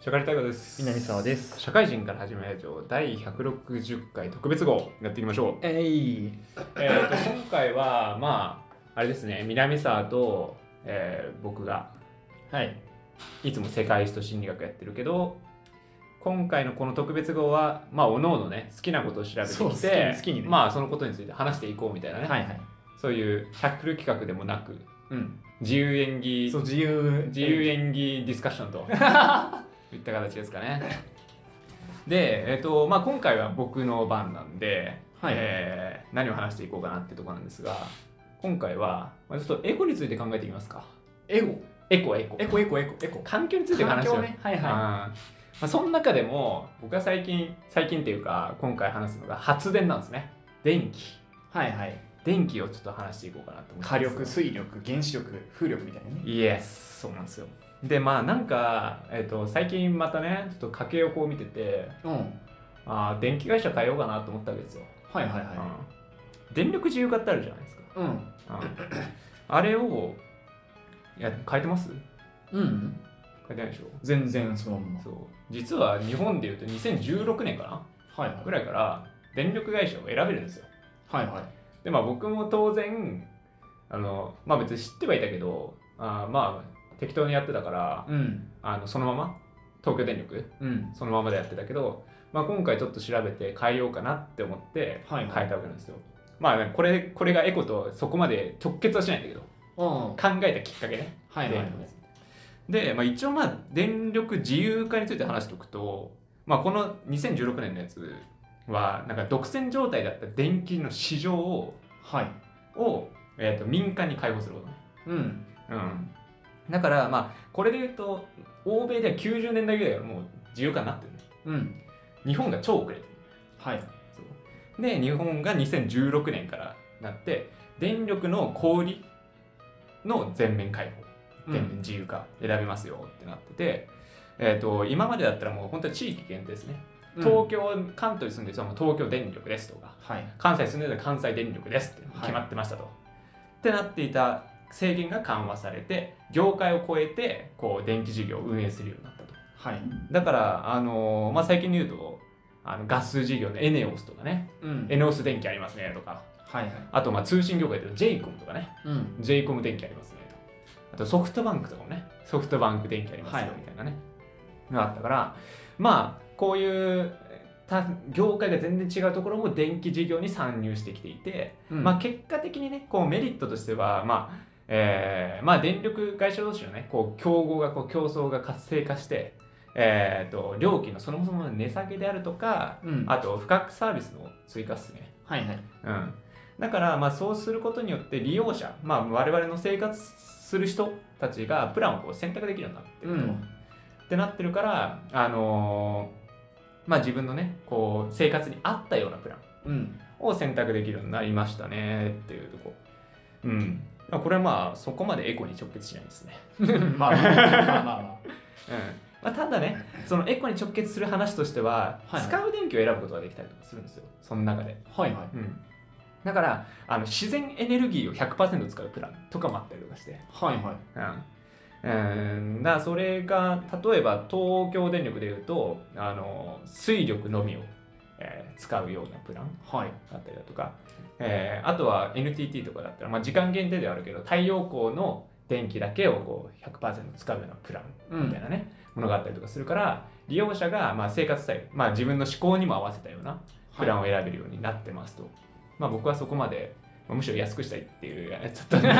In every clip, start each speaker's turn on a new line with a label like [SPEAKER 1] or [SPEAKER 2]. [SPEAKER 1] 社会大河です。
[SPEAKER 2] 南沢です。
[SPEAKER 1] 社会人から始めラジオ第160回特別号やっていきましょう。
[SPEAKER 2] えい。
[SPEAKER 1] えー、と今回はまああれですね南沢と、えー僕が
[SPEAKER 2] はい。
[SPEAKER 1] いつも世界史と心理学やってるけど今回のこの特別号はまあおののね好きなことを調べてきて
[SPEAKER 2] そう好きに好きにね
[SPEAKER 1] まあそのことについて話していこうみたいなね、
[SPEAKER 2] はいはい。
[SPEAKER 1] そういうシャッフル企画でもなく
[SPEAKER 2] うん。
[SPEAKER 1] 自由演技
[SPEAKER 2] そう自由
[SPEAKER 1] 自由演技ディスカッシ ョンといった形ですかね。で、えっとまあ、今回は僕の番なんで、
[SPEAKER 2] はい
[SPEAKER 1] えー何を話していこうかなってところなんですが今回は、まあ、ちょっとエコについて考えていきますか。
[SPEAKER 2] エゴ
[SPEAKER 1] エコエコ
[SPEAKER 2] エコエコエコエコ。
[SPEAKER 1] 環境について話しよう。
[SPEAKER 2] 環境ね。はい
[SPEAKER 1] うん
[SPEAKER 2] は
[SPEAKER 1] まあ、その中でも僕は最近最近っていうか今回話すのが発電なんですね。電気。
[SPEAKER 2] い。はいはい。
[SPEAKER 1] 電気をちょっと話していこうかなと思います。
[SPEAKER 2] 火力、水力、原子力、風力みたいなね。
[SPEAKER 1] イエスそうなんですよでまあなんか、えっと最近またねちょっと家計をこう見てて
[SPEAKER 2] うん。はい
[SPEAKER 1] あー電気会社変えようかなと思ったわけですよ、
[SPEAKER 2] はいは
[SPEAKER 1] うん電力自由化ってあるじゃないですか、
[SPEAKER 2] い。うん。
[SPEAKER 1] う んあれをいや変えてます
[SPEAKER 2] うん。
[SPEAKER 1] 変えてないでしょ
[SPEAKER 2] 全然そのまんま。
[SPEAKER 1] そう実は日本でいうと2016年かな
[SPEAKER 2] はいはい
[SPEAKER 1] ぐ。らいから電力会社を選べるんですよ
[SPEAKER 2] はいはい。
[SPEAKER 1] でまあ僕も当然あのまあ別に知ってはいたけどあーまあ適当にやってたから
[SPEAKER 2] うん。
[SPEAKER 1] あのそのまま東京電力
[SPEAKER 2] うん。
[SPEAKER 1] そのままでやってたけど、まあ、今回ちょっと調べて変えようかなって思って
[SPEAKER 2] は
[SPEAKER 1] 変
[SPEAKER 2] い
[SPEAKER 1] え
[SPEAKER 2] はい
[SPEAKER 1] たわけなんですよ。まあね、これこれがエコとそこまで直結はしないんだけど
[SPEAKER 2] うん。は
[SPEAKER 1] 考えたきっかけね。
[SPEAKER 2] いはいはい。
[SPEAKER 1] で、まあ、一応まあ電力自由化について話しておくと、まあ、この2016年のやつはなんか独占状態だった電気の市場を
[SPEAKER 2] はい。
[SPEAKER 1] を、えーと民間に開放することね。
[SPEAKER 2] うん。
[SPEAKER 1] うん、だからまあこれで言うと欧米では90年代ぐらいはもう自由化になってるね
[SPEAKER 2] うん。
[SPEAKER 1] 日本が超遅れてる。
[SPEAKER 2] はい。
[SPEAKER 1] そうで日本が2016年からなって電力の小売りの全面開放
[SPEAKER 2] うん
[SPEAKER 1] 全面自由化選べますよってなってて、えー、と今までだったらもう本当に地域限定ですね、
[SPEAKER 2] うん
[SPEAKER 1] 東京関東に住んでる人はもう東京電力ですとか
[SPEAKER 2] はい。
[SPEAKER 1] 関西に住んでる人は関西電力ですって決まってましたと、ってなっていた制限が緩和されて業界を超えてこう電気事業を運営するようになったと
[SPEAKER 2] はい。
[SPEAKER 1] だから、あのーまあ、最近で言うとあのガス事業のエネオスとかね
[SPEAKER 2] うん
[SPEAKER 1] エ。ネオス電気ありますねとか、
[SPEAKER 2] はいはい。
[SPEAKER 1] あとまあ通信業界でいうと JCOM とかね、
[SPEAKER 2] うん。
[SPEAKER 1] JCOM 電気ありますねとあとソフトバンクとかもね、ソフトバンク電気ありますよ
[SPEAKER 2] はい
[SPEAKER 1] みたいなね、があったから、まあこういう他業界が全然違うところも電気事業に参入してきていて、
[SPEAKER 2] うん
[SPEAKER 1] まあ、結果的にね、こうメリットとしては、まあえーまあ、電力会社同士のね、こう競合がこう競争が活性化して、えー、と料金のそもそもの値下げであるとか、
[SPEAKER 2] うん。
[SPEAKER 1] あと付加サービスの追加ですね。
[SPEAKER 2] はいはい。
[SPEAKER 1] うん、だからまあそうすることによって利用者、まあ、我々の生活する人たちがプランをこう選択できるようになってると、
[SPEAKER 2] うん
[SPEAKER 1] ってなってるから、あのーまあ、自分のねこう生活に合ったようなプラン
[SPEAKER 2] うん。
[SPEAKER 1] を選択できるようになりましたねっていうとこ、うん、まあこれはまあそこまでエコに直結しないですね、
[SPEAKER 2] まあまあまあまあま
[SPEAKER 1] うんまあ、ただねそのエコに直結する話としては、
[SPEAKER 2] はいはい
[SPEAKER 1] 使う電気を選ぶことができたりとかするんですよその中で。
[SPEAKER 2] あ。はいはい。
[SPEAKER 1] うん、だからあの自然エネルギーを100%使うプランとかもあったりとかして、
[SPEAKER 2] はいはい。
[SPEAKER 1] うんうん、だからそれが例えば東京電力でいうとあの水力のみを、えー使うようなプラン
[SPEAKER 2] はい。
[SPEAKER 1] だったりだとか、えーあとは NTT とかだったら、まあ、時間限定ではあるけど太陽光の電気だけをこう100%使うようなプラン
[SPEAKER 2] う
[SPEAKER 1] み
[SPEAKER 2] ん
[SPEAKER 1] たい。なね、ものがあったりとかするから利用者がまあ生活スタイル、まあ、自分の思考にも合わせたようなプランを選べるようになってますと、まあ僕はそこまで、まあむしろ安くしたいっていうちょっとね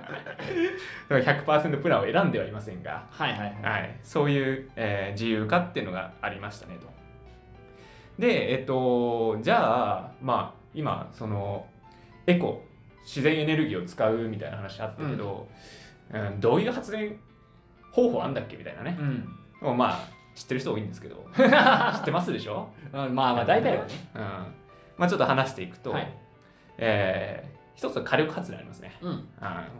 [SPEAKER 1] だから100%プランを選んではいませんが、
[SPEAKER 2] はいはいはい。
[SPEAKER 1] はい、そういう、えー自由化っていうのがありましたねとでえっとじゃあまあ今そのエコ自然エネルギーを使うみたいな話あったけど、うんどういう発電方法あんだっけみたいなね
[SPEAKER 2] う、ん。
[SPEAKER 1] まあ知ってる人多いんですけど知ってますでしょ
[SPEAKER 2] まあまあ大体はね。
[SPEAKER 1] うんまあ、ちょっと話していくと、
[SPEAKER 2] はい
[SPEAKER 1] えー一つは火力発電ありますね、
[SPEAKER 2] うん。
[SPEAKER 1] うん、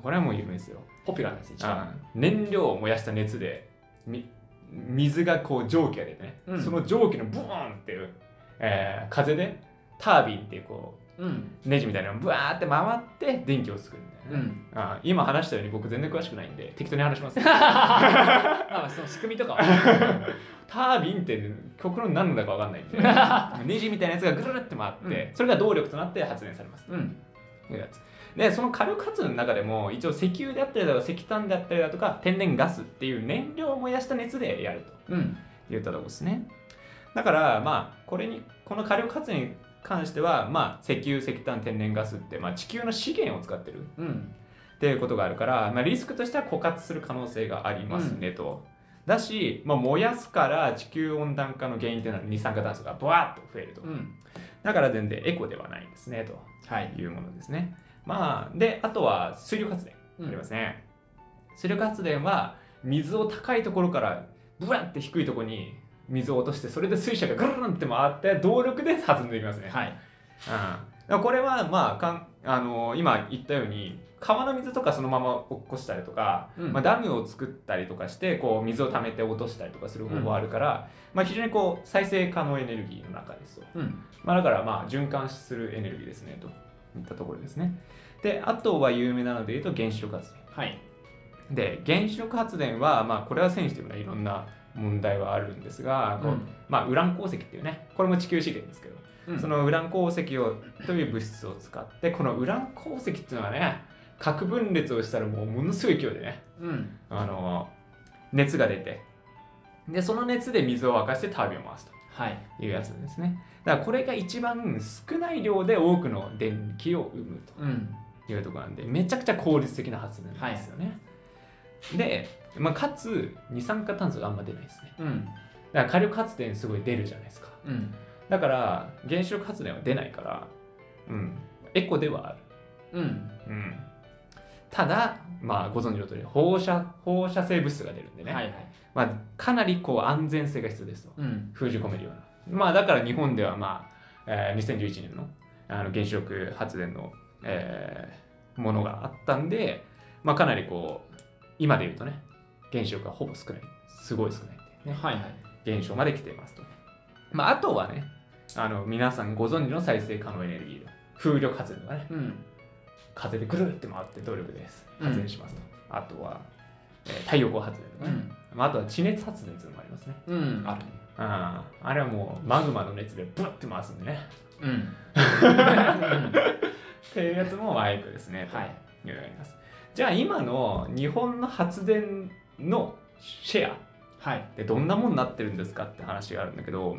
[SPEAKER 1] これはもう有名ですよ、
[SPEAKER 2] ポピュラーです一
[SPEAKER 1] う
[SPEAKER 2] 番。
[SPEAKER 1] ん燃料を燃やした熱でみ水がこう蒸気が出てね、
[SPEAKER 2] うん
[SPEAKER 1] その蒸気のブーンっていう、えー風でタービンっていうこ
[SPEAKER 2] うん
[SPEAKER 1] うネジみたいなのがブワーって回って電気を作るみたいな
[SPEAKER 2] う
[SPEAKER 1] ね、
[SPEAKER 2] ん
[SPEAKER 1] あ今話したように僕全然詳しくないんで適当に話し ます
[SPEAKER 2] まあまあその仕組みとか は
[SPEAKER 1] タービンって極論何のだか分かんない んでネジみたいなやつがぐるるって回って、それが動力となって発電されます
[SPEAKER 2] うん
[SPEAKER 1] というやつでその火力発電の中でも一応石油であったりだとか石炭であったりだとか天然ガスっていう燃料を燃やした熱でやると
[SPEAKER 2] うん
[SPEAKER 1] 言ったとこですね。だから、まあ、これに、この火力発電に関しては、まあ、石油、石炭、天然ガスって、まあ、地球の資源を使ってるっ
[SPEAKER 2] うん
[SPEAKER 1] ていうことがあるから、まあ、リスクとしては枯渇する可能性がありますねと。だし、まあ、燃やすから地球温暖化の原因っていうのは二酸化炭素がブワーッと増えると。
[SPEAKER 2] うん
[SPEAKER 1] だから全然エコではないんですねと
[SPEAKER 2] はい
[SPEAKER 1] いうものですね。まあ、で、あとは水力発電。
[SPEAKER 2] う
[SPEAKER 1] ありま
[SPEAKER 2] ん
[SPEAKER 1] すね。水力発電は水を高いところからブワンって低いところに水を落としてそれで水車がぐるんって回って動力で発電できますね。
[SPEAKER 2] はい
[SPEAKER 1] うん、これはまあかんあの今言ったように川の水とかそのまま落っこしたりとか、
[SPEAKER 2] うん
[SPEAKER 1] まあ、ダムを作ったりとかしてこう水を溜めて落としたりとかする方法あるから、まあ、非常にこう再生可能エネルギーの中ですよ。
[SPEAKER 2] うん
[SPEAKER 1] まあ、だからまあ循環するエネルギーですねといったところですね。であとは有名なので言うと原子力発電。
[SPEAKER 2] はい
[SPEAKER 1] で原子力発電は、まあ、これはセンシティブないろんな問題はあるんですが、こうまあ、ウラン鉱石っていうねこれも地球資源ですけど、
[SPEAKER 2] うん
[SPEAKER 1] そのウラン鉱石をという物質を使ってこのウラン鉱石っていうのはね核分裂をしたらもうものすごい勢いでね
[SPEAKER 2] うん
[SPEAKER 1] あの熱が出てでその熱で水を沸かしてタービンを回す
[SPEAKER 2] はい
[SPEAKER 1] というやつですねだからこれが一番少ない量で多くの電気を生むと
[SPEAKER 2] うん
[SPEAKER 1] いうところなんでめちゃくちゃ効率的な発電なんですよね、で、まあ、かつ二酸化炭素があんま出ないですね
[SPEAKER 2] うん
[SPEAKER 1] だから火力発電すごい出るじゃないですか
[SPEAKER 2] うん
[SPEAKER 1] だから原子力発電は出ないからうんエコではある
[SPEAKER 2] うん
[SPEAKER 1] うんただまあご存知の通り放射放射性物質が出るんでね、
[SPEAKER 2] はいはい
[SPEAKER 1] まあ、かなりこう安全性が必要ですと
[SPEAKER 2] うん
[SPEAKER 1] 封じ込めるようなまあだから日本ではまあ、えー2011年のあの原子力発電の、えーものがあったんで、まあ、かなりこう今で言うとね原子力がほぼ少ないすごい少ないっていうね
[SPEAKER 2] はいはい
[SPEAKER 1] 減少まで来ていますと、まあ、あとはねあの皆さんご存知の再生可能エネルギー風力発電とかね
[SPEAKER 2] うん
[SPEAKER 1] 風でぐるって回って動力です
[SPEAKER 2] うん
[SPEAKER 1] 発電しますと、あとは、えー太陽光発電と
[SPEAKER 2] う
[SPEAKER 1] かね、
[SPEAKER 2] ん
[SPEAKER 1] まあ、あとは地熱発電っていうのもありますね
[SPEAKER 2] うんある
[SPEAKER 1] あああれはもうマグマの熱でブッて回すんでね。
[SPEAKER 2] うん
[SPEAKER 1] っていうやつもマイクですね。
[SPEAKER 2] はい
[SPEAKER 1] というのがあります。じゃあ今の日本の発電のシェアっ
[SPEAKER 2] はい
[SPEAKER 1] てどんなもんになってるんですかって話があるんだけど、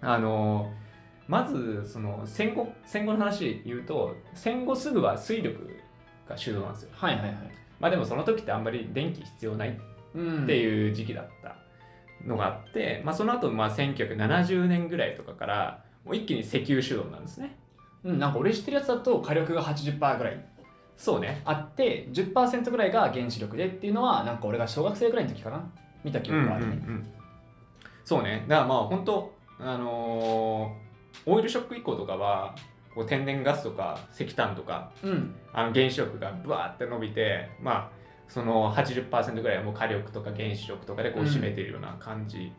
[SPEAKER 1] あのまずその戦後戦後の話言うと戦後すぐは水力が主導なんですよ。
[SPEAKER 2] はいはいはい
[SPEAKER 1] まあでもその時ってあんまり電気必要ない
[SPEAKER 2] うん
[SPEAKER 1] っていう時期だったのがあって、まあ、その後まあ1970年ぐらいとかからもう一気に石油主導なんですね。
[SPEAKER 2] うん、なんか俺知ってるやつだと火力が80%ぐらい
[SPEAKER 1] そうね。
[SPEAKER 2] あって10%ぐらいが原子力でっていうのはなんか俺が小学生ぐらいの時かな見た記憶があるね、
[SPEAKER 1] そうね。だからまあ本当あのーオイルショック以降とかはこう天然ガスとか石炭とか
[SPEAKER 2] うん
[SPEAKER 1] あの原子力がブワーって伸びてまあその80%ぐらいはもう火力とか原子力とかでこう
[SPEAKER 2] うん
[SPEAKER 1] 占めているような感じ、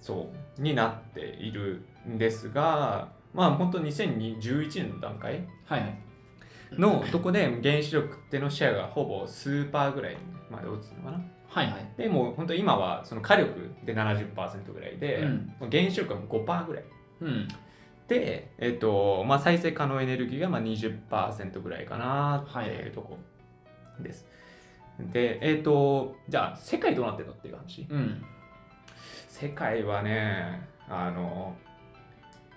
[SPEAKER 1] そうになっているんですがまあ本当2011年の段階
[SPEAKER 2] はいはい
[SPEAKER 1] のとこで原子力ってのシェアがほぼスーパーぐらいまで落ちたのかな
[SPEAKER 2] はいはい
[SPEAKER 1] でもう本当今はその火力で70%ぐらいで、
[SPEAKER 2] うん
[SPEAKER 1] 原子力がもう5%ぐらい
[SPEAKER 2] うん
[SPEAKER 1] で、えっとまあ、再生可能エネルギーがまあ20%ぐらいかなっていうとこです。で、えっ、と、じゃあ世界どうなってんのっていう話。
[SPEAKER 2] うん
[SPEAKER 1] 世界はね、あの、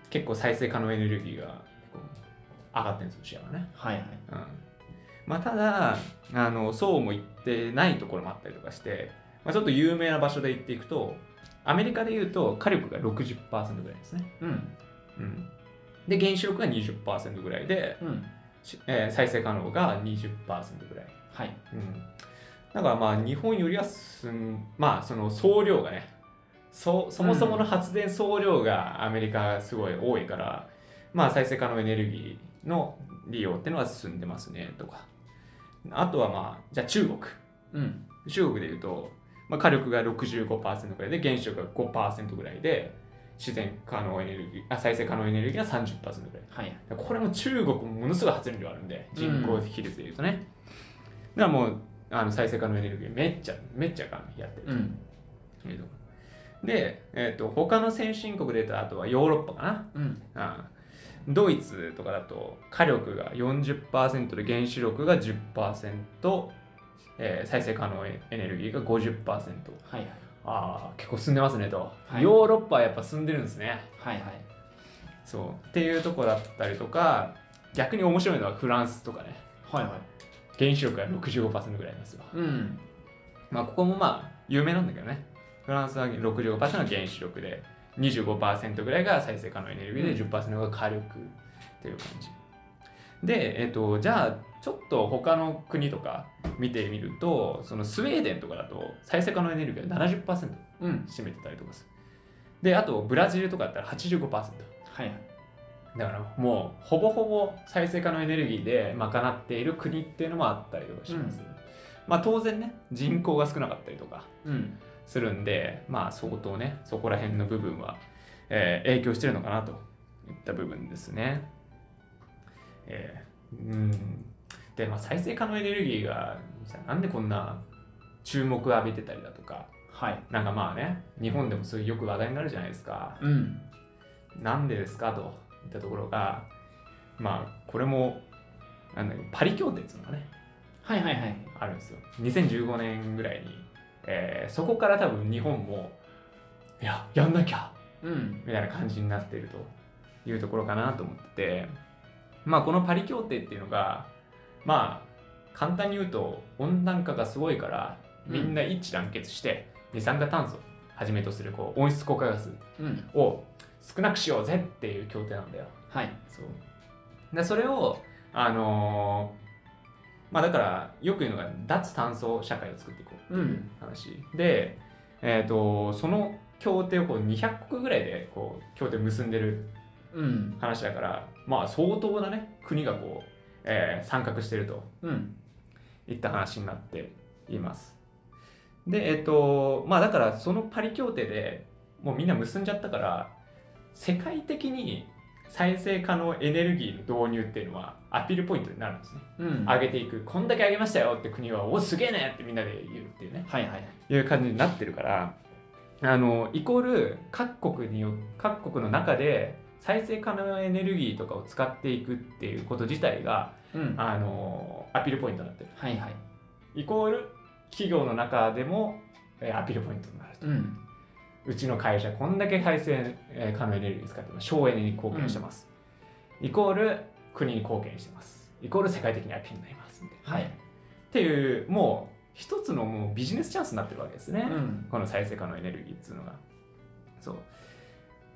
[SPEAKER 1] 結構再生可能エネルギーがこう上がってるんですよ、シェアがね。
[SPEAKER 2] はいはい
[SPEAKER 1] うんまあ、ただあの、そうも言ってないところもあったりとかして、まあ、ちょっと有名な場所で言っていくと、アメリカで言うと火力が60%ぐらいですね。
[SPEAKER 2] うん
[SPEAKER 1] うん、で原子力が20%ぐらいで、
[SPEAKER 2] うん
[SPEAKER 1] しえー再生可能が20%ぐらい、
[SPEAKER 2] はい
[SPEAKER 1] うん、だからまあ日本よりはすんまあその総量がねそそもそもの発電総量がアメリカすごい多いから、まあ再生可能エネルギーの利用っていうのは進んでますねとかあとはまあじゃあ中国
[SPEAKER 2] うん
[SPEAKER 1] 中国でいうと、まあ、火力が65%ぐらいで原子力が5%ぐらいで自然可能エネルギーあ再生可能エネルギーが30%ぐらい
[SPEAKER 2] はい
[SPEAKER 1] これも中国もものすごい発電量あるんで人口比率でいうとね、だからもうあの再生可能エネルギーめっちゃめっちゃやってる
[SPEAKER 2] うん
[SPEAKER 1] というところで、えっと他の先進国で言うとあとはヨーロッパかな
[SPEAKER 2] うん
[SPEAKER 1] ああドイツとかだと火力が40%で原子力が10%、えー再生可能エネルギーが50%
[SPEAKER 2] はいはい
[SPEAKER 1] ああ結構進んでますねと、
[SPEAKER 2] はい
[SPEAKER 1] ヨーロッパはやっぱ進んでるんですね
[SPEAKER 2] はいはい
[SPEAKER 1] そうっていうとこだったりとか逆に面白いのはフランスとかね
[SPEAKER 2] はいは
[SPEAKER 1] 原子力が65%ぐらいなんですよ
[SPEAKER 2] いうん
[SPEAKER 1] まあここもまあ有名なんだけどねフランスは65%が原子力で25%ぐらいが再生可能エネルギーで10%が火力っていう感じで、えっとじゃあちょっと他の国とか見てみるとそのスウェーデンとかだと再生可能エネルギーが70%
[SPEAKER 2] うん
[SPEAKER 1] 占めてたりとかするであとブラジルとかだったら85%
[SPEAKER 2] はいはい
[SPEAKER 1] だからもうほぼほぼ再生可能エネルギーで賄っている国っていうのもあったりとかします、
[SPEAKER 2] うん
[SPEAKER 1] まあ当然ね人口が少なかったりとか
[SPEAKER 2] うん
[SPEAKER 1] するんでまあ相当ねそこら辺の部分は、えー影響してるのかなといった部分ですね。えーうんで、まあ、再生可能エネルギーがさなんでこんな注目を浴びてたりだとか
[SPEAKER 2] はい
[SPEAKER 1] なんかまあね日本でもそういうよく話題になるじゃないですか。
[SPEAKER 2] うん
[SPEAKER 1] なんでですかといったところがまあこれもなんだっけパリ協定っていうのがね
[SPEAKER 2] はいはいはい
[SPEAKER 1] あるんですよ2015年ぐらいに、えーそこから多分日本もいややんなきゃ
[SPEAKER 2] うん
[SPEAKER 1] みたいな感じになっているというところかなと思っててまあこのパリ協定っていうのがまあ簡単に言うと温暖化がすごいからみんな一致団結して二酸化炭素をはじめとするこう温室効果ガス
[SPEAKER 2] うん
[SPEAKER 1] を少なくしようぜっていう協定なんだよ。
[SPEAKER 2] はい
[SPEAKER 1] そうでそれをあのーまあだからよく言うのが脱炭素社会を作っていこうって
[SPEAKER 2] う
[SPEAKER 1] いうん話で、えー、とその協定をこう200国ぐらいでこう協定結んでる
[SPEAKER 2] うん
[SPEAKER 1] 話だからまあ相当なね国がこう、えー参画してると
[SPEAKER 2] うん
[SPEAKER 1] いった話になっています。でえっ、とまあだからそのパリ協定でもうみんな結んじゃったから世界的に再生可能エネルギーの導入っていうのはアピールポイントになるんですね。
[SPEAKER 2] うん
[SPEAKER 1] 上げていくこんだけ上げましたよって国はおすげえねってみんなで言うっていうね
[SPEAKER 2] はいはい
[SPEAKER 1] いう感じになってるからあのイコール各国によ各国の中で再生可能エネルギーとかを使っていくっていうこと自体が
[SPEAKER 2] うん
[SPEAKER 1] あのアピールポイントになってる。
[SPEAKER 2] はいはい
[SPEAKER 1] イコール企業の中でも、えーアピールポイントになると、
[SPEAKER 2] うん
[SPEAKER 1] うちの会社こんだけ再生えー可能エネルギー使ってます省エネに貢献してます、イコール国に貢献してますイコール世界的にアピールになりますみたいな
[SPEAKER 2] はい
[SPEAKER 1] っていうもう一つのもうビジネスチャンスになってるわけですね、
[SPEAKER 2] うん
[SPEAKER 1] この再生可能エネルギーっていうのがそう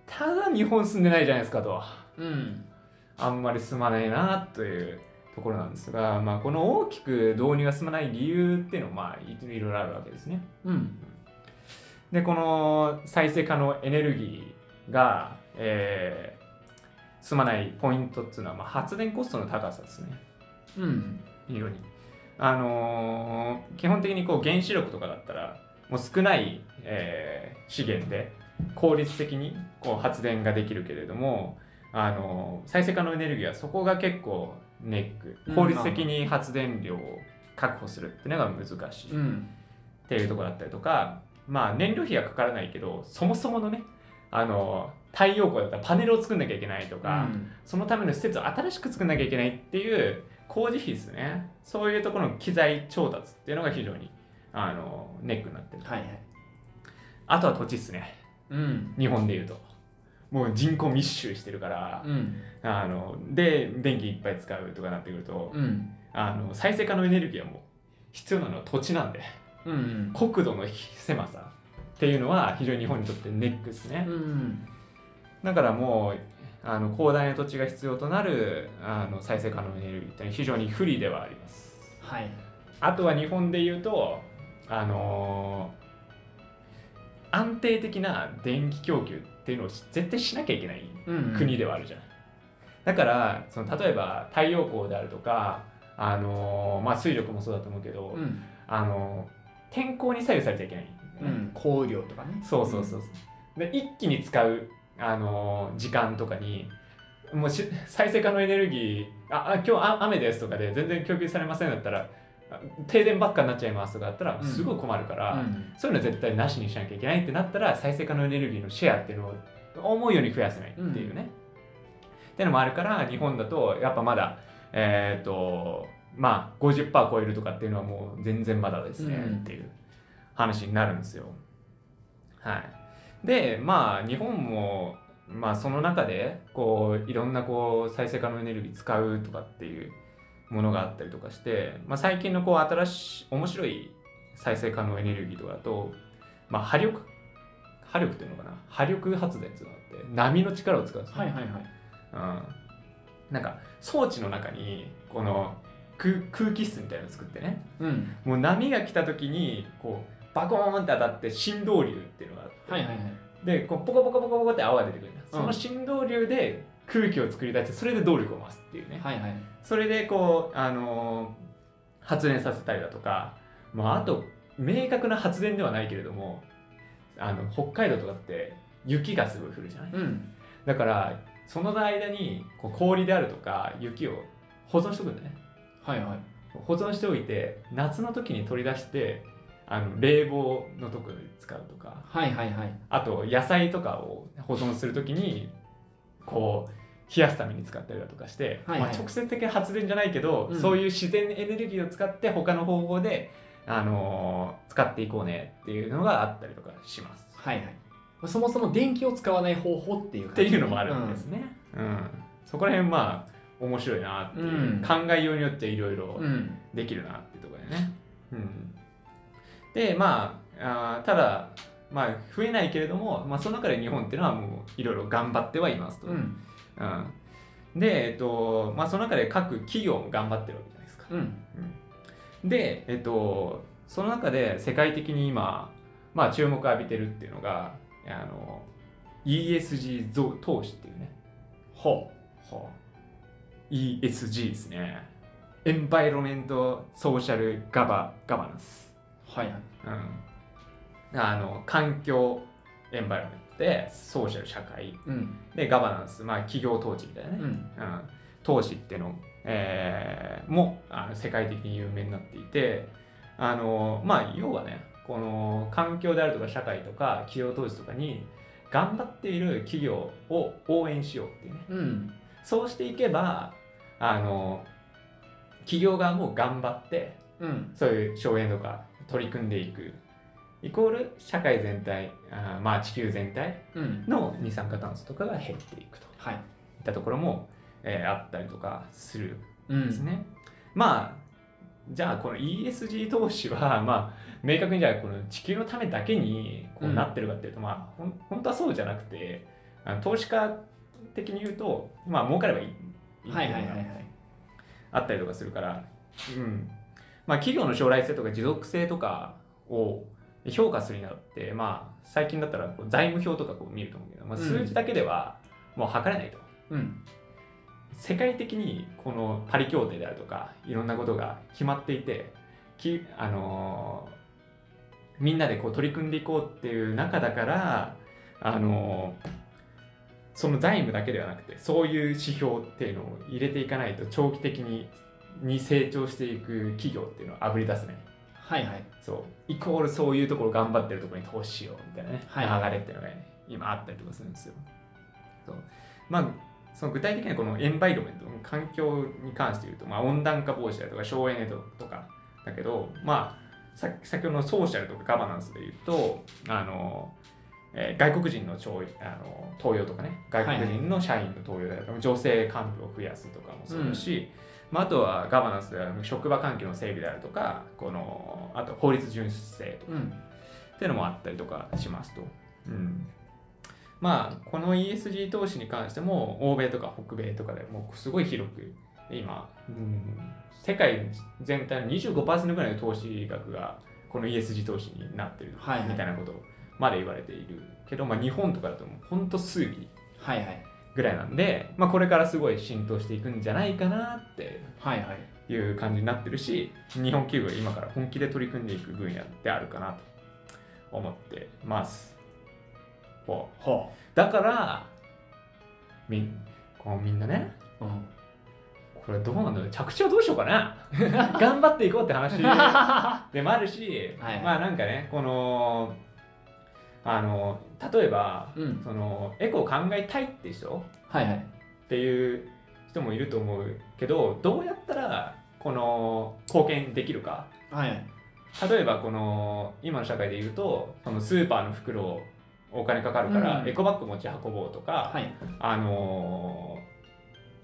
[SPEAKER 1] ただ日本住んでないじゃないですかと
[SPEAKER 2] うん
[SPEAKER 1] あんまり進まないなというところなんですが、まあ、この大きく導入が進まない理由っていうのもまあいいろいろあるわけですね。
[SPEAKER 2] うん
[SPEAKER 1] でこの再生可能エネルギーが、えー進まないポイントっていうのは、まあ、発電コストの高さですね。
[SPEAKER 2] うん
[SPEAKER 1] いうように。あのー基本的にこう原子力とかだったらもう少ない、えー資源で効率的にこう発電ができるけれども、あのー再生可能エネルギーはそこが結構ネック
[SPEAKER 2] うん
[SPEAKER 1] 効率的に発電量を確保するっていうのが難しい
[SPEAKER 2] うん
[SPEAKER 1] っていうところだったりとか、まあ、燃料費がかからないけどそもそものね、あのー太陽光だったらパネルを作んなきゃいけないとか。そのための施設を新しく作んなきゃいけないっていう工事費ですねそういうところの機材調達っていうのが非常にあのネックになってる
[SPEAKER 2] はいはい
[SPEAKER 1] あとは土地ですね
[SPEAKER 2] うん
[SPEAKER 1] 日本でいうともう人口密集してるから、
[SPEAKER 2] うん
[SPEAKER 1] あので電気いっぱい使うとかなってくると、
[SPEAKER 2] うん
[SPEAKER 1] あの再生可能エネルギーはもう必要なのは土地なんで
[SPEAKER 2] うん
[SPEAKER 1] 国土の狭さっていうのは非常に日本にとってネックですね、
[SPEAKER 2] うん
[SPEAKER 1] だからもうあの広大な土地が必要となるあの再生可能エネルギーってのは非常に不利ではあります
[SPEAKER 2] はい
[SPEAKER 1] あとは日本で言うとあのー安定的な電気供給っていうのをし絶対しなきゃいけない
[SPEAKER 2] うん
[SPEAKER 1] 国ではあるじゃない、だからその例えば太陽光であるとかあのーまあ水力もそうだと思うけど、
[SPEAKER 2] うん
[SPEAKER 1] あのー天候に左右されちゃいけない、
[SPEAKER 2] うん、降雨量とかね
[SPEAKER 1] そうそうそうそう、で一気に使うあの時間とかにもうし 再生可能エネルギーああ今日あ雨ですとかで全然供給されませんだったらあ停電ばっかになっちゃいますとかだったら
[SPEAKER 2] うん
[SPEAKER 1] すごい困るから、
[SPEAKER 2] うん
[SPEAKER 1] そういうの絶対なしにしなきゃいけないってなったら再生可能エネルギーのシェアっていうのを思うように増やせないっていうね。っていうのもあるから日本だとやっぱまだえっ、とまあ50%超えるとかっていうのはもう全然まだですね
[SPEAKER 2] うん
[SPEAKER 1] っていう話になるんですよ。はい、でまあ日本もまあその中でこういろんなこう再生可能エネルギー使うとかっていうものがあったりとかして、まあ、最近のこう新しい面白い再生可能エネルギーとかだと、まあ、波力波力っていうのかな波力発電っていうのがあって波の力を使うんですね、
[SPEAKER 2] はいはいはい
[SPEAKER 1] うん、なんか装置の中にこの空空気室みたいなの作ってね
[SPEAKER 2] うん
[SPEAKER 1] もう波が来た時にこうバコーンって当たって振動流っていうのがあって、
[SPEAKER 2] はいはいはい
[SPEAKER 1] でこうポコポコポコポコって泡が出てくるじゃん
[SPEAKER 2] ん
[SPEAKER 1] その振動流で空気を作り出してそれで動力を増すっていうね、
[SPEAKER 2] はいはい
[SPEAKER 1] それでこう、あのー発電させたりだとか、まあ、あと明確な発電ではないけれどもあの北海道とかって雪がすごい降るじゃない
[SPEAKER 2] うん
[SPEAKER 1] だからその間にこう氷であるとか雪を保存しとくんだね
[SPEAKER 2] はいはい
[SPEAKER 1] 保存しておいて夏の時に取り出してあの冷房のとこで使うとか
[SPEAKER 2] はいはいはい
[SPEAKER 1] あと野菜とかを保存するときにこう冷やすために使ったりだとかして、
[SPEAKER 2] はいはい
[SPEAKER 1] まあ、直接的な発電じゃないけど、
[SPEAKER 2] うん
[SPEAKER 1] そういう自然エネルギーを使って他の方法で、あのー使っていこうねっていうのがあったりとかします。
[SPEAKER 2] はいはいそもそも電気を使わない方法っていう
[SPEAKER 1] っ
[SPEAKER 2] 感
[SPEAKER 1] て
[SPEAKER 2] じ
[SPEAKER 1] いうのもあるんですね。うんそこら辺まあ面白いなっていう、
[SPEAKER 2] うん
[SPEAKER 1] 考えようによっていろいろ
[SPEAKER 2] うんうん
[SPEAKER 1] できるなっていうところでね。うん、でまああーただまあ増えないけれども、まあ、その中で日本っていうのはもういろいろ頑張ってはいますと。
[SPEAKER 2] うん
[SPEAKER 1] うんで、えっとまあ、その中で各企業も頑張ってるわけじゃないですか。
[SPEAKER 2] うん
[SPEAKER 1] で、えっと、その中で世界的に今、まあ、注目を浴びてるっていうのがあの ESG 増投資っていうね。ほうほう ESG ですね。エンバイロメント・ソーシャル・ガバガバナンス。
[SPEAKER 2] はいはい
[SPEAKER 1] うん、あの環境エンバイロメントでソーシャル社会
[SPEAKER 2] うん
[SPEAKER 1] でガバナンス、まあ、企業統治みたいなね、
[SPEAKER 2] うん
[SPEAKER 1] うん投資っていうの、えーもあの世界的に有名になっていてあのまあ要はねこの環境であるとか社会とか企業投資とかに頑張っている企業を応援しようっていうね
[SPEAKER 2] うん
[SPEAKER 1] そうしていけばあの企業側も頑張って
[SPEAKER 2] うん
[SPEAKER 1] そういう省エネとか取り組んでいくイコール社会全体あーまあ地球全体
[SPEAKER 2] うん
[SPEAKER 1] の二酸化炭素とかが減っていくと
[SPEAKER 2] はい
[SPEAKER 1] いったところも、えーあったりとかする
[SPEAKER 2] うんん
[SPEAKER 1] ですね。まあじゃあこの ESG 投資は、まあ、明確にじゃあこの地球のためだけにこうなってるかっていうと、まあほん本当はそうじゃなくてあの投資家的に言うとまあ儲かればいいいいってうのが
[SPEAKER 2] はいはいはいはい
[SPEAKER 1] あったりとかするから、うんまあ、企業の将来性とか持続性とかを評価するにあって、まあ、最近だったらこう財務表とかこう見ると思うけど、まあ、
[SPEAKER 2] うん
[SPEAKER 1] 数字だけではもう測れないと。
[SPEAKER 2] うん
[SPEAKER 1] 世界的にこのパリ協定であるとかいろんなことが決まっていてき、あのーみんなでこう取り組んでいこうっていう中だから、あのーその財務だけではなくてそういう指標っていうのを入れていかないと長期的にに成長していく企業っていうのをあぶり出せない
[SPEAKER 2] はいはい
[SPEAKER 1] そうイコールそういうところ頑張ってるところに投資しようみたいなね、
[SPEAKER 2] はい
[SPEAKER 1] 流れっていうのが、ね、今あったりとかするんですよ。そうまあその具体的にはこのエンバイロメント環境に関して言うと、まあ、温暖化防止だとか省エネとかだけど、まあ、さ先ほどのソーシャルとかガバナンスで言うとあの、えー外国人の徴あの登用とかね外国人の社員の登用だとか、女性幹部を増やすとかもそうだし、まあ、あとはガバナンスでは職場環境の整備であるとかこのあと法律遵守性とか
[SPEAKER 2] うん
[SPEAKER 1] っていうのもあったりとかしますと。うんまあこの ESG 投資に関しても欧米とか北米とかでもうすごい広く今、うん、世界全体の25%ぐらいの投資額がこの ESG 投資になってる
[SPEAKER 2] はいはい
[SPEAKER 1] みたいなことまで言われているけど、まあ、日本とかだともうほんと数ミリ
[SPEAKER 2] はいはい
[SPEAKER 1] ぐらいなんで、まあ、これからすごい浸透していくんじゃないかなって
[SPEAKER 2] はいはい
[SPEAKER 1] いう感じになってるし日本企業が今から本気で取り組んでいく分野であるかなと思ってます。ほう
[SPEAKER 2] は
[SPEAKER 1] だからみんこうみんなね
[SPEAKER 2] あ、うん、
[SPEAKER 1] これどうなんだろう着地はどうしようかな 頑張っていこうって 話でもあるし、
[SPEAKER 2] はい
[SPEAKER 1] まあなんかねこのあの例えば
[SPEAKER 2] うん
[SPEAKER 1] そのエコを考えたいって人
[SPEAKER 2] はいはい
[SPEAKER 1] っていう人もいると思うけどどうやったらこの貢献できるか
[SPEAKER 2] はい
[SPEAKER 1] 例えばこの今の社会で言うとそのスーパーの袋をお金かかるから、
[SPEAKER 2] うん
[SPEAKER 1] エコバッグ持ち運ぼうとか、
[SPEAKER 2] はい
[SPEAKER 1] あの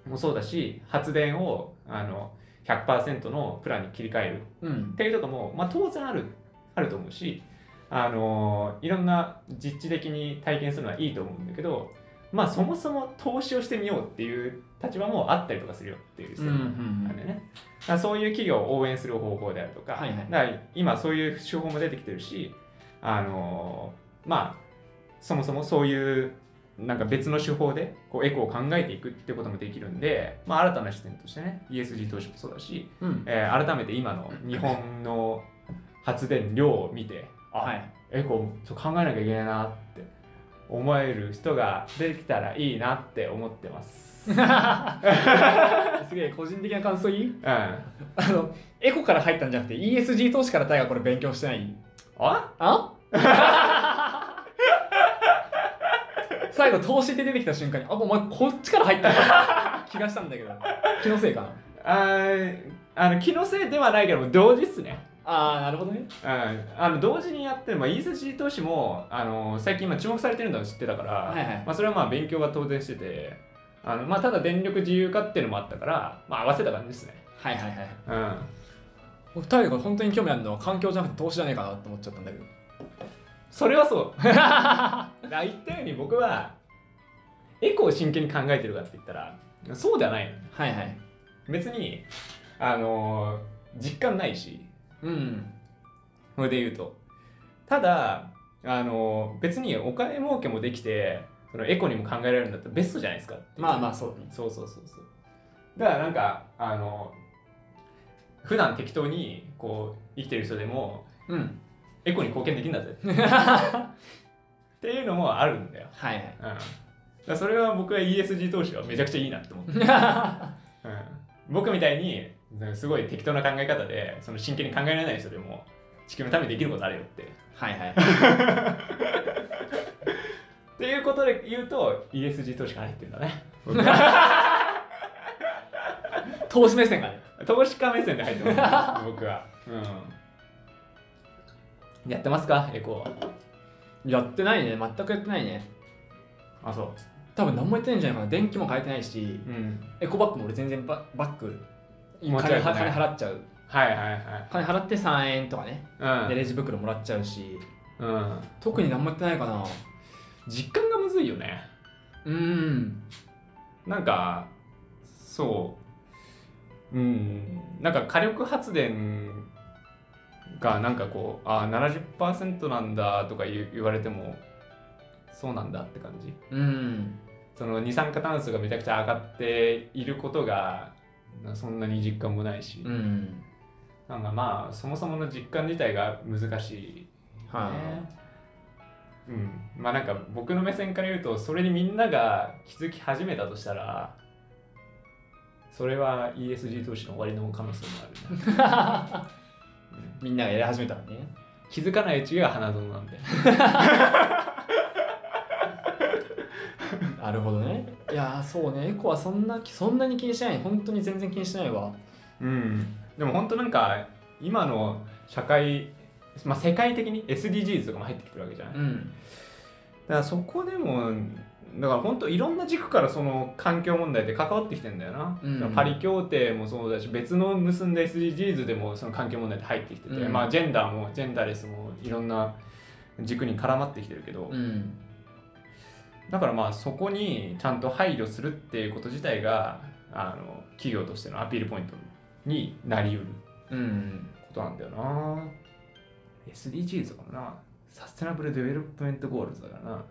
[SPEAKER 1] ーもそうだし発電をあの100%のプランに切り替える
[SPEAKER 2] うん
[SPEAKER 1] っていうとかも、まあ、当然あるあると思うし、あのーいろんな実地的に体験するのはいいと思うんだけど、まあ、そもそも投資をしてみようっていう立場もあったりとかするよっていう
[SPEAKER 2] うんう
[SPEAKER 1] 人
[SPEAKER 2] んう
[SPEAKER 1] なん
[SPEAKER 2] ん
[SPEAKER 1] だよね。だからそういう企業を応援する方法であるとか、
[SPEAKER 2] はいはい
[SPEAKER 1] だから今そういう手法も出てきてるし、あのーまあそもそもそういうなんか別の手法でこうエコを考えていくっていうこともできるんで、まあ、新たな視点としてね ESG 投資もそうだし、
[SPEAKER 2] うん
[SPEAKER 1] えー改めて今の日本の発電量を見て、あ、
[SPEAKER 2] はい
[SPEAKER 1] エコちょっと考えなきゃいけないなって思える人ができたらいいなって思って ます。うん、
[SPEAKER 2] すげえ個人的な感想いいあのエコから入ったんじゃなくて ESG 投資からタイがこれ勉強してない
[SPEAKER 1] あ
[SPEAKER 2] あ 最後投資って出てきた瞬間にあお前こっちから入ったんだ気がしたんだけど気のせいかな
[SPEAKER 1] あーあの気のせいではないけども同時っすね。
[SPEAKER 2] ああなるほどね
[SPEAKER 1] うん、あの同時にやってる、まあ、ESG 投資もあの最近今注目されてるのは知ってたから、
[SPEAKER 2] はいはい
[SPEAKER 1] まあ、それはまあ勉強は当然しててあの、まあ、ただ電力自由化っていうのもあったから、まあ、合わせた感じですね。
[SPEAKER 2] はいはいはい
[SPEAKER 1] うん
[SPEAKER 2] 僕タイが本当に興味あるのは環境じゃなくて投資じゃねえかなって思っちゃったんだけど
[SPEAKER 1] それは そう。だから言ったように僕はエコを真剣に考えてるかって言ったらそうじゃないの
[SPEAKER 2] はいはい
[SPEAKER 1] 別にあのー実感ないし
[SPEAKER 2] うん
[SPEAKER 1] それで言うとただあのー別にお金儲けもできてそのエコにも考えられるんだったらベストじゃないですか
[SPEAKER 2] まあま
[SPEAKER 1] あ
[SPEAKER 2] あそうだね
[SPEAKER 1] そうそうそうそうだからなんかあのー普段適当にこう生きてる人でも
[SPEAKER 2] うん
[SPEAKER 1] エコに貢献できるんだぜっていうのもあるんだよ
[SPEAKER 2] はいはい
[SPEAKER 1] うんだからそれは僕は ESG 投資がめちゃくちゃいいなって 思って、うん、僕みたいにすごい適当な考え方でその真剣に考えられない人でも地球のためにできることあるよってっ
[SPEAKER 2] はいはい
[SPEAKER 1] ていうことで言うと ESG 投資が入ってるんだね
[SPEAKER 2] 投資目線がね
[SPEAKER 1] 投資家目線で入ってます 僕は、うん、やってますかエコー
[SPEAKER 2] やってないね全くやってないね
[SPEAKER 1] あそ
[SPEAKER 2] 多分何もやってないんじゃないかな電気も変えてないし
[SPEAKER 1] ううん
[SPEAKER 2] エコバッグも俺全然ババッグ
[SPEAKER 1] 持
[SPEAKER 2] 金
[SPEAKER 1] ち歩いてない
[SPEAKER 2] は金払っちゃう
[SPEAKER 1] はいはいはい
[SPEAKER 2] 金払って3円とかね
[SPEAKER 1] うん
[SPEAKER 2] でレジ袋もらっちゃうし
[SPEAKER 1] うん、
[SPEAKER 2] 特に何もやってないかな
[SPEAKER 1] 実感がむずいよね
[SPEAKER 2] うーん
[SPEAKER 1] なんかそううんなんか火力発電がなんかこうあ70%なんだとか言う言われてもそうなんだって感じ
[SPEAKER 2] うーん
[SPEAKER 1] その二酸化炭素がめちゃくちゃ上がっていることがなそんなに実感もないし、
[SPEAKER 2] うん
[SPEAKER 1] なんかまあそもそもの実感自体が難しい
[SPEAKER 2] は
[SPEAKER 1] うん、まあなんか僕の目線から言うとそれにみんなが気づき始めたとしたらそれは ESG 投資の終わりの可能性もあ るね、うん
[SPEAKER 2] いみんながやり始めたらね
[SPEAKER 1] 気づかないうちが花園なんで
[SPEAKER 2] なるほどねいやーそうねエコはそんなそんなに気にしない本当に全然気にしないわ
[SPEAKER 1] うんでも本当なんか今の社会まあ世界的に SDGs とかも入ってきてるわけじゃない、だ
[SPEAKER 2] ん
[SPEAKER 1] からそこでもだから本当いろんな軸からその環境問題って関わってきてんだよな、
[SPEAKER 2] うん
[SPEAKER 1] そのパリ協定もそうだし別の結んだ SDGs でもその環境問題って入ってきてて、
[SPEAKER 2] うん
[SPEAKER 1] まあジェンダーもジェンダーレスもいろんな軸に絡まってきてるけど、
[SPEAKER 2] うん
[SPEAKER 1] だからまあそこにちゃんと配慮するっていうこと自体があの企業としてのアピールポイントになりうる
[SPEAKER 2] うん
[SPEAKER 1] ことなんだよな SDGs だからなサステナブルデベロップメントゴールズだからな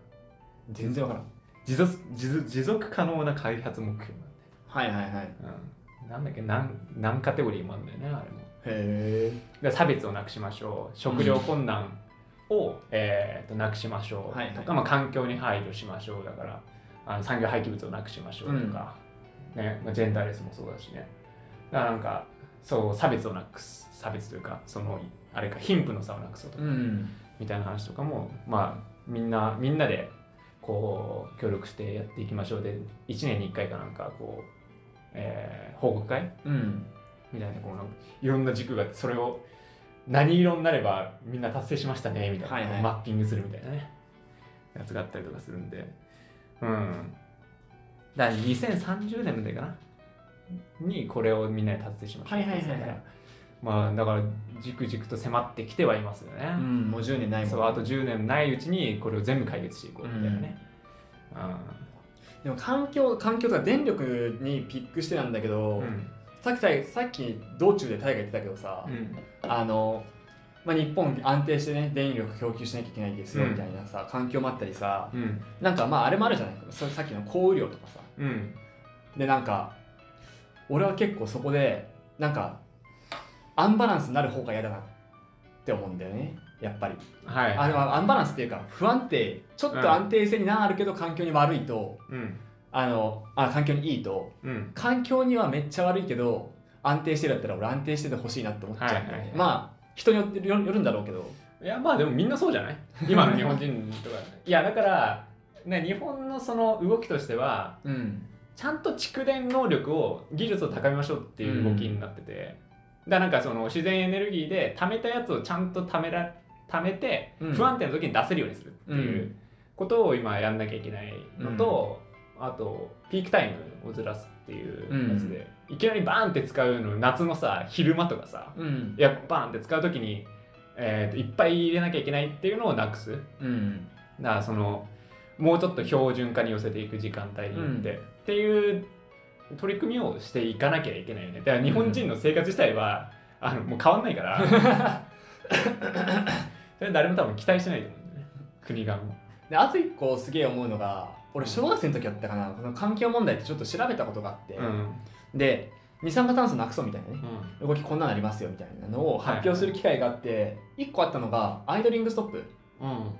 [SPEAKER 2] 全然わからん
[SPEAKER 1] 持続持続持続可能な開発目標なん
[SPEAKER 2] はいはいはいへ
[SPEAKER 1] だよ、うん、なんだっけ何何カテゴリーもあるんだよねあれもだか
[SPEAKER 2] え
[SPEAKER 1] ら差別をなくしましょう食料困難を、えーとなくしましょうとか、
[SPEAKER 2] はいはい
[SPEAKER 1] まあ、環境に配慮しましょうだからあの産業廃棄物をなくしましょうとか、ねまあ、ジェンダーレスもそうだしねだからなんかそう差別をなくす差別というかそのあれか貧富の差をなくそうとか、
[SPEAKER 2] うん
[SPEAKER 1] みたいな話とかもまあみんなみんなでこう協力してやっていきましょうで1年に1回かなんかこう、えー報告会
[SPEAKER 2] うん
[SPEAKER 1] みたいなこうなんかいろんな軸がそれを何色になればみんな達成しましたねみたいな、
[SPEAKER 2] はいはい
[SPEAKER 1] マッピングするみたいなねやつがあったりとかするんでうんだから2030年までかなにこれをみんなで達成しました
[SPEAKER 2] はいはいはいはい
[SPEAKER 1] まあだからじくじくと迫ってきてはいますよね、
[SPEAKER 2] うんもう10年ないもん
[SPEAKER 1] そうあと10年ないうちにこれを全部解決していこうみたいなね、
[SPEAKER 2] でも環境環境とか電力にピックしてなんだけ
[SPEAKER 1] う
[SPEAKER 2] ど、
[SPEAKER 1] んうん
[SPEAKER 2] さっきささっき道中でタイが言ってたけどさ、
[SPEAKER 1] うん
[SPEAKER 2] あの、まあ、日本安定してね電力供給しなきゃいけないですよ
[SPEAKER 1] うん
[SPEAKER 2] みたいなさ、環境もあったりさ
[SPEAKER 1] うん
[SPEAKER 2] なんかまああれもあるじゃないそれさっきの降雨量とかさ
[SPEAKER 1] うん
[SPEAKER 2] でなんか俺は結構そこでなんかアンバランスになる方が嫌だなって思うんだよねやっぱり
[SPEAKER 1] はい
[SPEAKER 2] あでもアンバランスっていうか不安定ちょっと安定性になるけど環境に悪いと、
[SPEAKER 1] うん
[SPEAKER 2] あのあ環境にいいと
[SPEAKER 1] うん
[SPEAKER 2] 環境にはめっちゃ悪いけど安定してるだったら俺安定しててほしいなって思っちゃうんだよね、
[SPEAKER 1] はいはいはい
[SPEAKER 2] まあ人によってよよるんだろうけど
[SPEAKER 1] いやまあでもみんなそうじゃ ない今の日本人とかいやだから、ね、日本のその動きとしては
[SPEAKER 2] うん
[SPEAKER 1] ちゃんと蓄電能力を技術を高めましょうっていう動きになってて、だからなんかその自然エネルギーで貯めたやつをちゃんと貯めら貯めて
[SPEAKER 2] うん
[SPEAKER 1] 不安定な時に出せるようにするっていううことを今やんなきゃいけないのと、あとピークタイムをずらすっていうやつで、いきなりバーンって使うの夏のさ昼間とかさ
[SPEAKER 2] うん
[SPEAKER 1] いやバーンって使う時に、えーといっぱい入れなきゃいけないっていうのをなくすだか
[SPEAKER 2] うん
[SPEAKER 1] らそのもうちょっと標準化に寄せていく時間帯によって、
[SPEAKER 2] う
[SPEAKER 1] っていう取り組みをしていかなきゃいけないよねだから日本人の生活自体は、あのもう変わんないから それ誰も多分期待してないと思うんだよね国がも
[SPEAKER 2] であと一個すげえ思うのが俺小学生の時やったかなこの環境問題ってちょっと調べたことがあって、
[SPEAKER 1] う、うん
[SPEAKER 2] で二酸化炭素なくそうみたいなね
[SPEAKER 1] う
[SPEAKER 2] 動きこんなのありますよみたいなのを発表する機会があって一個あったのがアイドリングストップ
[SPEAKER 1] んうん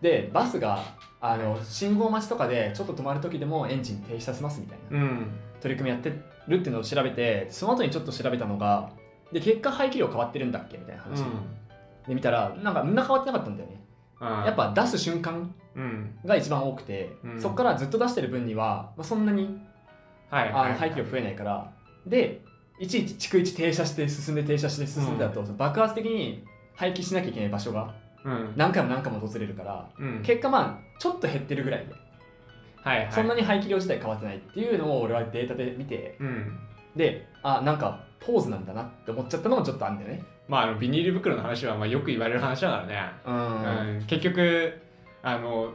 [SPEAKER 2] でバスがあの信号待ちとかでちょっと止まる時でもエンジン停止させますみたいな
[SPEAKER 1] うん
[SPEAKER 2] 取り組みやってるっていうのを調べてその後にちょっと調べたのがで結果排気量変わってるんだっけみたいな話、で見たらなんかみんな変わってなかったんだよねや
[SPEAKER 1] や
[SPEAKER 2] っぱ出す瞬間
[SPEAKER 1] うん
[SPEAKER 2] が一番多くて、
[SPEAKER 1] うん
[SPEAKER 2] そこからずっと出してる分には、まあ、そんなに
[SPEAKER 1] はい
[SPEAKER 2] あ
[SPEAKER 1] は
[SPEAKER 2] の
[SPEAKER 1] い
[SPEAKER 2] 排気量増えないからでいちいち逐一停車して進んで停車して進んでだと、爆発的に廃棄しなきゃいけない場所が
[SPEAKER 1] うん
[SPEAKER 2] 何回も何回も訪れるから
[SPEAKER 1] うん
[SPEAKER 2] 結果まあちょっと減ってるぐらいで、
[SPEAKER 1] はいはい
[SPEAKER 2] そんなに排気量自体変わってないっていうのを俺はデータで見て
[SPEAKER 1] うん
[SPEAKER 2] であなんかポーズなんだなって思っちゃったのもちょっとあんだよね
[SPEAKER 1] まああのビニール袋の話はまあよく言われる話だからね
[SPEAKER 2] う
[SPEAKER 1] うん結局あの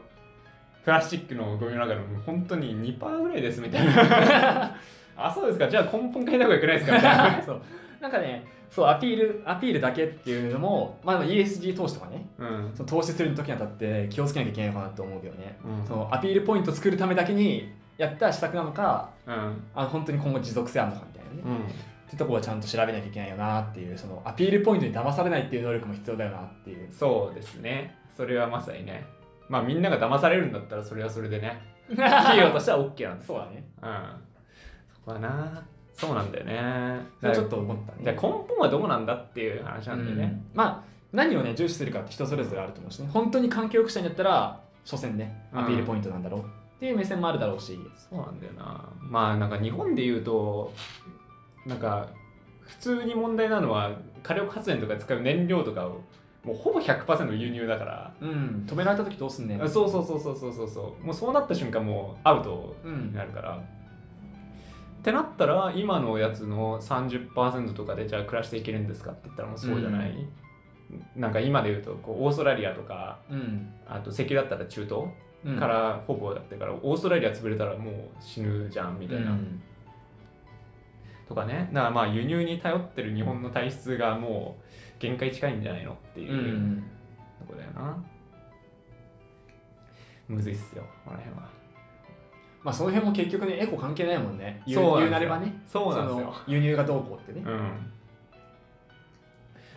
[SPEAKER 1] プラスチックのゴミの中でも本当に2%ぐらいですみたいな あそうですかじゃあ根本変えた方がよくないですかみた いな
[SPEAKER 2] そうなんかねそうアピールアピールだけっていうのも、まあ、でも ESG 投資とかね
[SPEAKER 1] うん
[SPEAKER 2] その投資する時にあたって気をつけなきゃいけないのかなと思うけどね
[SPEAKER 1] うん
[SPEAKER 2] そのアピールポイント作るためだけにやった施策なのか
[SPEAKER 1] うん
[SPEAKER 2] あ本当に今後持続性あるのかみたいなね、
[SPEAKER 1] う
[SPEAKER 2] っ
[SPEAKER 1] ん
[SPEAKER 2] てところはちゃんと調べなきゃいけないよなっていうそのアピールポイントに騙されないっていう能力も必要だよなっていう
[SPEAKER 1] そうですねそれはまさにねまあみんなが騙されるんだったらそれはそれでね 企業としては OK なんです
[SPEAKER 2] そうだね
[SPEAKER 1] うんそこはなそうなんだよね
[SPEAKER 2] それちょっと思ったね
[SPEAKER 1] じゃあ根本はどうなんだっていう話なんだよね、
[SPEAKER 2] うんまあ何をね重視するかって人それぞれあると思うしね本当に環境良くしたいんだったら所詮ね
[SPEAKER 1] うん
[SPEAKER 2] アピールポイントなんだろうっていう目線もあるだろうし、
[SPEAKER 1] そうなんだよなまあなんか日本で言うとなんか普通に問題なのは火力発電とか使う燃料とかをもうほぼ100%輸入だから、
[SPEAKER 2] うん、止められた時どうすんねん
[SPEAKER 1] そうそうそうそうそうそうそうもうそうなった瞬間もうアウト
[SPEAKER 2] うん
[SPEAKER 1] になるから、ってなったら今のやつの30%とかでじゃあ暮らしていけるんですかって言ったらもうそうじゃない、なんか今で言うとこうオーストラリアとか
[SPEAKER 2] うん
[SPEAKER 1] あと石油だったら中東
[SPEAKER 2] うん
[SPEAKER 1] からほぼだってから、オーストラリア潰れたらもう死ぬじゃんみたいな、
[SPEAKER 2] うん
[SPEAKER 1] とかねだからまあ輸入に頼ってる日本の体質がもう限界近いんじゃないのっていううんとこだよな、むずいっすよこの辺は
[SPEAKER 2] まあその辺も結局ねエコ関係ないもんね言う
[SPEAKER 1] そうなんですよ
[SPEAKER 2] 言うなればね
[SPEAKER 1] そうなんですよ
[SPEAKER 2] その輸入がどうこうってね、
[SPEAKER 1] うん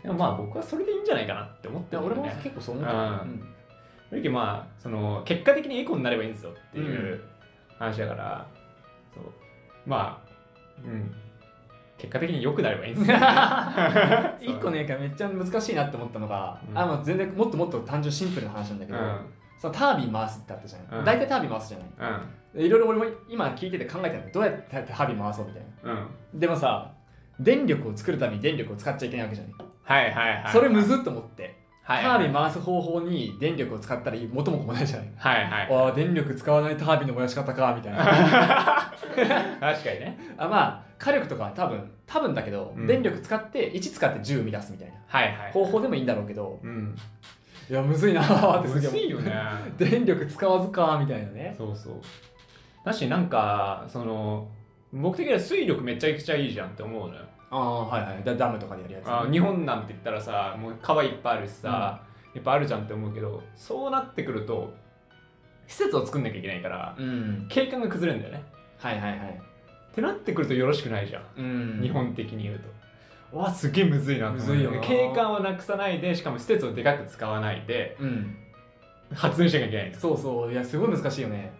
[SPEAKER 1] でもまあ僕はそれでいいんじゃないかなって思ってるんだ
[SPEAKER 2] 俺
[SPEAKER 1] よ
[SPEAKER 2] も
[SPEAKER 1] ね
[SPEAKER 2] 結構そう思った、
[SPEAKER 1] うん
[SPEAKER 2] うん
[SPEAKER 1] 正直まあその結果的にエコになればいいんですよっていう話だから、そうまあうん結果的に良くなればいいんですよ、
[SPEAKER 2] 一個 ねめっちゃ難しいなって思ったのが、
[SPEAKER 1] うん
[SPEAKER 2] あの全然もっともっと単純シンプルな話なんだけ
[SPEAKER 1] うん
[SPEAKER 2] ど、
[SPEAKER 1] うん
[SPEAKER 2] そのタービン回すってあったじゃない、
[SPEAKER 1] うん
[SPEAKER 2] 大体タービン回すじゃないでいろいろ俺も今聞いてて考えたんだよどうやってタービン回そうみたいな
[SPEAKER 1] うん
[SPEAKER 2] でもさ電力を作るために電力を使っちゃいけないわけじゃない、
[SPEAKER 1] はいはいはい
[SPEAKER 2] それむずっと思って、
[SPEAKER 1] はい
[SPEAKER 2] タービン
[SPEAKER 1] は
[SPEAKER 2] 回す方法に電力を使ったら元も子もないじゃない
[SPEAKER 1] いはい
[SPEAKER 2] わあ電力使わないタービンの燃やし方かみたいな
[SPEAKER 1] 確かにね
[SPEAKER 2] あまあ火力とかは多分多分だけど、
[SPEAKER 1] うん
[SPEAKER 2] 電力使って1使って10生み出すみたいな
[SPEAKER 1] はいはい
[SPEAKER 2] 方法でもいいんだろうけど
[SPEAKER 1] うん
[SPEAKER 2] いやむずいなーってすげえ
[SPEAKER 1] 薄
[SPEAKER 2] 思う
[SPEAKER 1] いよ ね
[SPEAKER 2] 電力使わずかみたいなね
[SPEAKER 1] そうそうだしなんかその僕的には水力めちゃくちゃいいじゃんって思うのよ
[SPEAKER 2] ああはいはいダダムとかでやるやつ
[SPEAKER 1] あ日本なんて言ったらさもう川いっぱいあるしさ、いっぱいあるじゃんって思うけどそうなってくると施設を作んなきゃいけないから
[SPEAKER 2] うん
[SPEAKER 1] 景観が崩れるんだよね
[SPEAKER 2] はいはいはい
[SPEAKER 1] ってなってくるとよろしくないじゃん、
[SPEAKER 2] うん
[SPEAKER 1] 日本的に言うとわすげえむずいなと思う
[SPEAKER 2] むずいよな
[SPEAKER 1] 景観をなくさないでしかも施設をでかく使わないで
[SPEAKER 2] うん
[SPEAKER 1] 発電しなきゃいけないんです、
[SPEAKER 2] そうそういやすごい難しいよね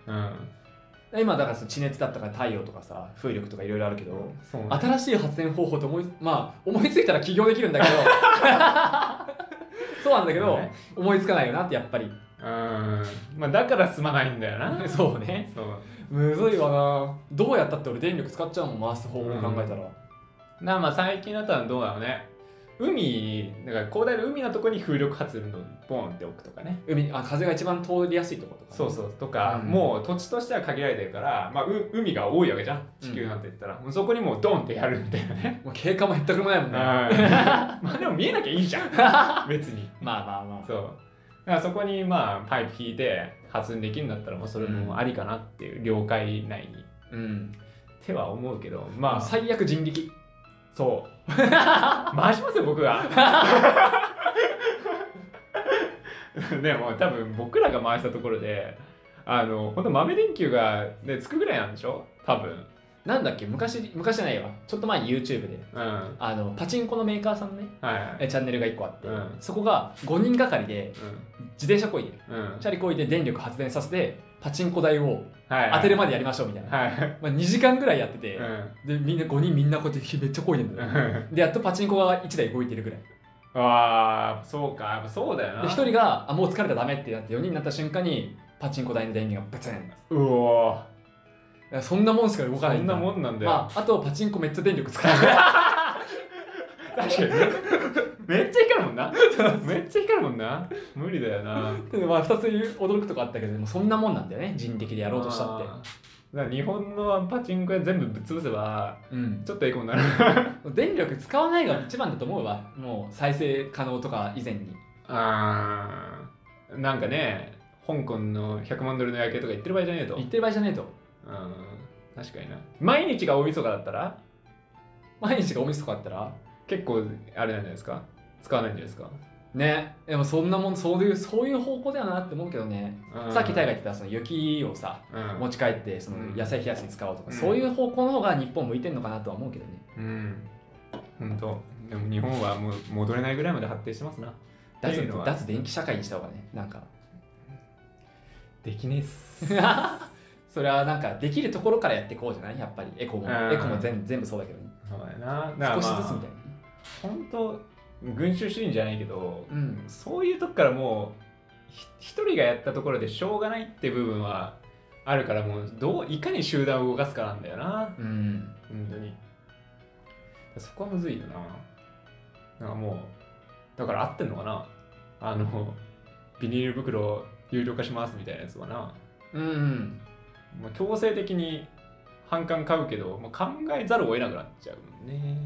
[SPEAKER 1] うん、
[SPEAKER 2] 今だからその地熱だったから太陽とかさ風力とかいろいろあるけど
[SPEAKER 1] そうなんだ
[SPEAKER 2] 新しい発電方法と思い,、まあ、思いついたら起業できるんだけど そうなんだけど、
[SPEAKER 1] ね
[SPEAKER 2] 思いつかないよなってやっぱり
[SPEAKER 1] うんまあだから済まないんだよな
[SPEAKER 2] そうね
[SPEAKER 1] そう
[SPEAKER 2] むずいわなどうやったって俺電力使っちゃうもん回す方法を考えたら、
[SPEAKER 1] なあまあ最近だったらどうだろうね海だから広大な海のとこに風力発電をボンって置くとかね
[SPEAKER 2] 海あ風が一番通りやすいところとか、
[SPEAKER 1] そうそうとか、
[SPEAKER 2] うん
[SPEAKER 1] もう土地としては限られてるから、まあ、う海が多いわけじゃん地球なんて言ったら、もうそこにもうドンってやるみたいなね、
[SPEAKER 2] もう景観も減ったくもないもんねまあ
[SPEAKER 1] はい まあでも見えなきゃいいじゃ ん別に
[SPEAKER 2] まあまあ
[SPEAKER 1] そうだからそこにまあパイプ引いて発電できるんだったらもうそれもありかなっていう了解内に
[SPEAKER 2] うん
[SPEAKER 1] 手は思うけど
[SPEAKER 2] ま
[SPEAKER 1] ま
[SPEAKER 2] あ
[SPEAKER 1] あ
[SPEAKER 2] 最悪人力
[SPEAKER 1] そう 回しますよ僕がでも多分僕らが回したところであのほんと豆電球が、ね、つくぐらいなんでしょ多分
[SPEAKER 2] なんだっけ昔昔じゃないわちょっと前に YouTube で
[SPEAKER 1] うんは
[SPEAKER 2] あのパチンコのメーカーさんのね
[SPEAKER 1] いはい
[SPEAKER 2] えチャンネルが1個あって、
[SPEAKER 1] うん
[SPEAKER 2] そこが5人がかりで自転車こいで
[SPEAKER 1] うんうん
[SPEAKER 2] チャリこいで電力発電させてパチンコ台を
[SPEAKER 1] はい
[SPEAKER 2] 当てるまでやりましょうみたいな、
[SPEAKER 1] はい
[SPEAKER 2] まあ、2時間ぐらいやってて、
[SPEAKER 1] うん
[SPEAKER 2] でみんな5人みんなこうやってめっちゃこいでんだよでやっとパチンコが1台動いてるぐらいで
[SPEAKER 1] ああそうかやっぱそうだよな
[SPEAKER 2] 1人があもう疲れたらダメってなって4人になった瞬間にパチンコ台の電源がブツンだか
[SPEAKER 1] うお
[SPEAKER 2] らそんなもんしか動
[SPEAKER 1] ー
[SPEAKER 2] かない
[SPEAKER 1] そんなも
[SPEAKER 2] ん
[SPEAKER 1] んなんだよ、
[SPEAKER 2] まあ、あとパチンコめっちゃ電力使う
[SPEAKER 1] 確かに ねめっちゃ光るもんなめっちゃ光るもんな無理だよな
[SPEAKER 2] でまあ2つ驚くとこあったけどでもそんなもんなんだよね人力でやろうとしたって
[SPEAKER 1] あーだから日本のパチンコ屋全部ぶっ潰せば
[SPEAKER 2] うん
[SPEAKER 1] ちょっとエコになる
[SPEAKER 2] 電力使わないが一番だと思うわもう再生可能とか以前に
[SPEAKER 1] あーなんかね香港の100万ドルの夜景とか言ってる場合じゃねえとう
[SPEAKER 2] 言っ
[SPEAKER 1] ん
[SPEAKER 2] てる場合じゃねえと
[SPEAKER 1] 確かにな毎日が大晦日だったら
[SPEAKER 2] 毎日がお店とかあったら
[SPEAKER 1] 結構あれなんじゃないですか使わないんじゃないですか
[SPEAKER 2] ねでもそんなもんそういうそういう方向だよなって思うけどね、
[SPEAKER 1] うん
[SPEAKER 2] さっき大が言ってたその雪をさ
[SPEAKER 1] うん
[SPEAKER 2] 持ち帰ってその野菜冷やしに使おうとか、そういう方向の方が日本向いてんのかなとは思うけどね
[SPEAKER 1] うん本当でも日本はもう戻れないぐらいまで発展してますなっ
[SPEAKER 2] 脱
[SPEAKER 1] ていうのは
[SPEAKER 2] 脱電気社会にした方がねなんか
[SPEAKER 1] できねえっす
[SPEAKER 2] それはなんかできるところからやっていこうじゃないやっぱりエコも、
[SPEAKER 1] うん
[SPEAKER 2] エコも全全部そうだけどね、
[SPEAKER 1] そうやなだからまあ
[SPEAKER 2] 少しずつみたいな
[SPEAKER 1] 本当群衆主義じゃないけど、
[SPEAKER 2] うん
[SPEAKER 1] そういうとこからもうひ一人がやったところでしょうがないって部分はあるからもうどういかに集団を動かすかなんだよな
[SPEAKER 2] うん
[SPEAKER 1] 本当にそこはむずいよななんかもうだから合ってんのかなあのビニール袋有料化しますみたいなやつはな、
[SPEAKER 2] うんうん
[SPEAKER 1] まあ、強制的に反感買うけど、まあ、考えざるを得なくなっちゃうもんね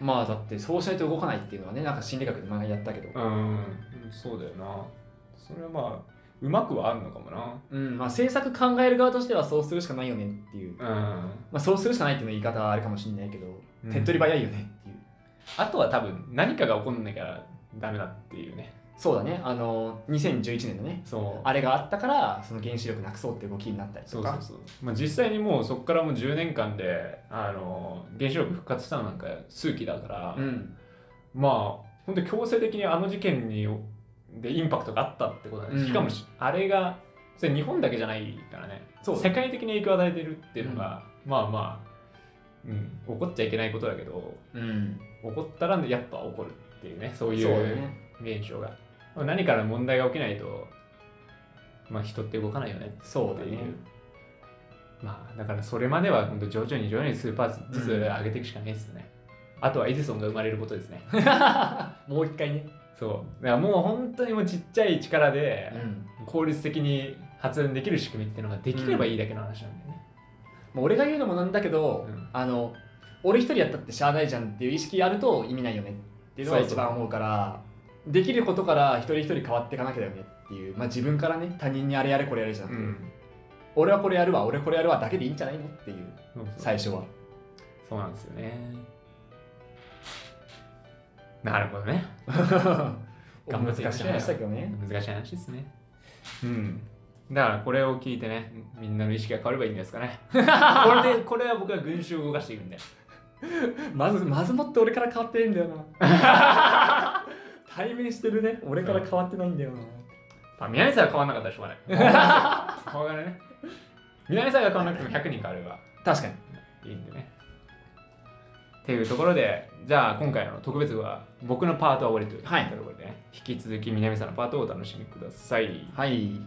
[SPEAKER 2] まあだってそうしないと動かないっていうのはねなんか心理学で前やったけど、
[SPEAKER 1] うん、そうだよな。それはまあ、うまくはあるのかも
[SPEAKER 2] うんまあ、政策考える側としてはそうするしかないよねっていう、ま
[SPEAKER 1] な。うん。
[SPEAKER 2] あ、そうするしかないっていうの言い方はあるかもしれないけど、
[SPEAKER 1] うん
[SPEAKER 2] 手っ取り早いよねっていう
[SPEAKER 1] あとは多分、何かが起こんなきゃダメだっていうね。
[SPEAKER 2] そうだねあの2011年のね
[SPEAKER 1] そう。
[SPEAKER 2] あれがあったからその原子力なくそうっていう動きになったり
[SPEAKER 1] そう
[SPEAKER 2] と
[SPEAKER 1] そ
[SPEAKER 2] か
[SPEAKER 1] うそう。まあ、実際にもうそこからもう10年間で、あの、原子力復活したのなんか数期だから、
[SPEAKER 2] うん
[SPEAKER 1] まあ、本当に強制的にあの事件にでインパクトがあったってことだね、
[SPEAKER 2] うん
[SPEAKER 1] しかもしあれがそれ日本だけじゃないからね
[SPEAKER 2] そう
[SPEAKER 1] 世界的に影響を与えてるっていうのが、まあまあ、うん、怒っちゃいけないことだけど
[SPEAKER 2] うん、
[SPEAKER 1] 怒ったらやっぱ怒るっていうねそうい
[SPEAKER 2] そうだ
[SPEAKER 1] う
[SPEAKER 2] ね
[SPEAKER 1] 現象が、何から問題が起きないと、まあ、人って動かないよねって
[SPEAKER 2] そうだ
[SPEAKER 1] いう、
[SPEAKER 2] ね
[SPEAKER 1] まあだからそれまでは本当徐々に徐々にスーパーずつ
[SPEAKER 2] うん
[SPEAKER 1] 上げていくしかないですね、あとはエジソンが生まれることですね
[SPEAKER 2] もう一回ね、
[SPEAKER 1] そうだからもう本当にもうちっちゃい力で
[SPEAKER 2] うん、
[SPEAKER 1] 効率的に発電できる仕組みっていうのができればいいだけの話なんだよね、
[SPEAKER 2] もう俺が言うのもなんだけど、
[SPEAKER 1] うん
[SPEAKER 2] あの俺一人やったってしゃあないじゃんっていう意識あると意味ないよねっていうのが
[SPEAKER 1] そうそう
[SPEAKER 2] 一番思うからできることから一人一人変わっていかなきゃだよねっていう、まあ、自分からね他人にあれやれこれやれじゃなくて、俺はこれやるわ俺これやるわだけでいいんじゃないのっていう
[SPEAKER 1] そうそう
[SPEAKER 2] 最 初は
[SPEAKER 1] そうなんですよねなるほどね頑張っていきま
[SPEAKER 2] 難
[SPEAKER 1] し
[SPEAKER 2] し
[SPEAKER 1] ょ
[SPEAKER 2] いう話だけどね
[SPEAKER 1] 難しい話ですねうんだからこれを聞いてねみんなの意識が変わればいいんですかね これでこれは僕は群衆を動かしていくんで
[SPEAKER 2] まずまずもって俺から変わってるんだよな 対面してるね俺から変わってないんだよな、
[SPEAKER 1] まあ、南さんは変わんなかったらしょうがない 変わらないね南さんが変わらなくても100人変われば
[SPEAKER 2] 確かに
[SPEAKER 1] いいんでねっていうところでじゃあ今回の特別は僕のパートは終わりというところでね、引き続き南さんのパートをお楽しみください
[SPEAKER 2] はい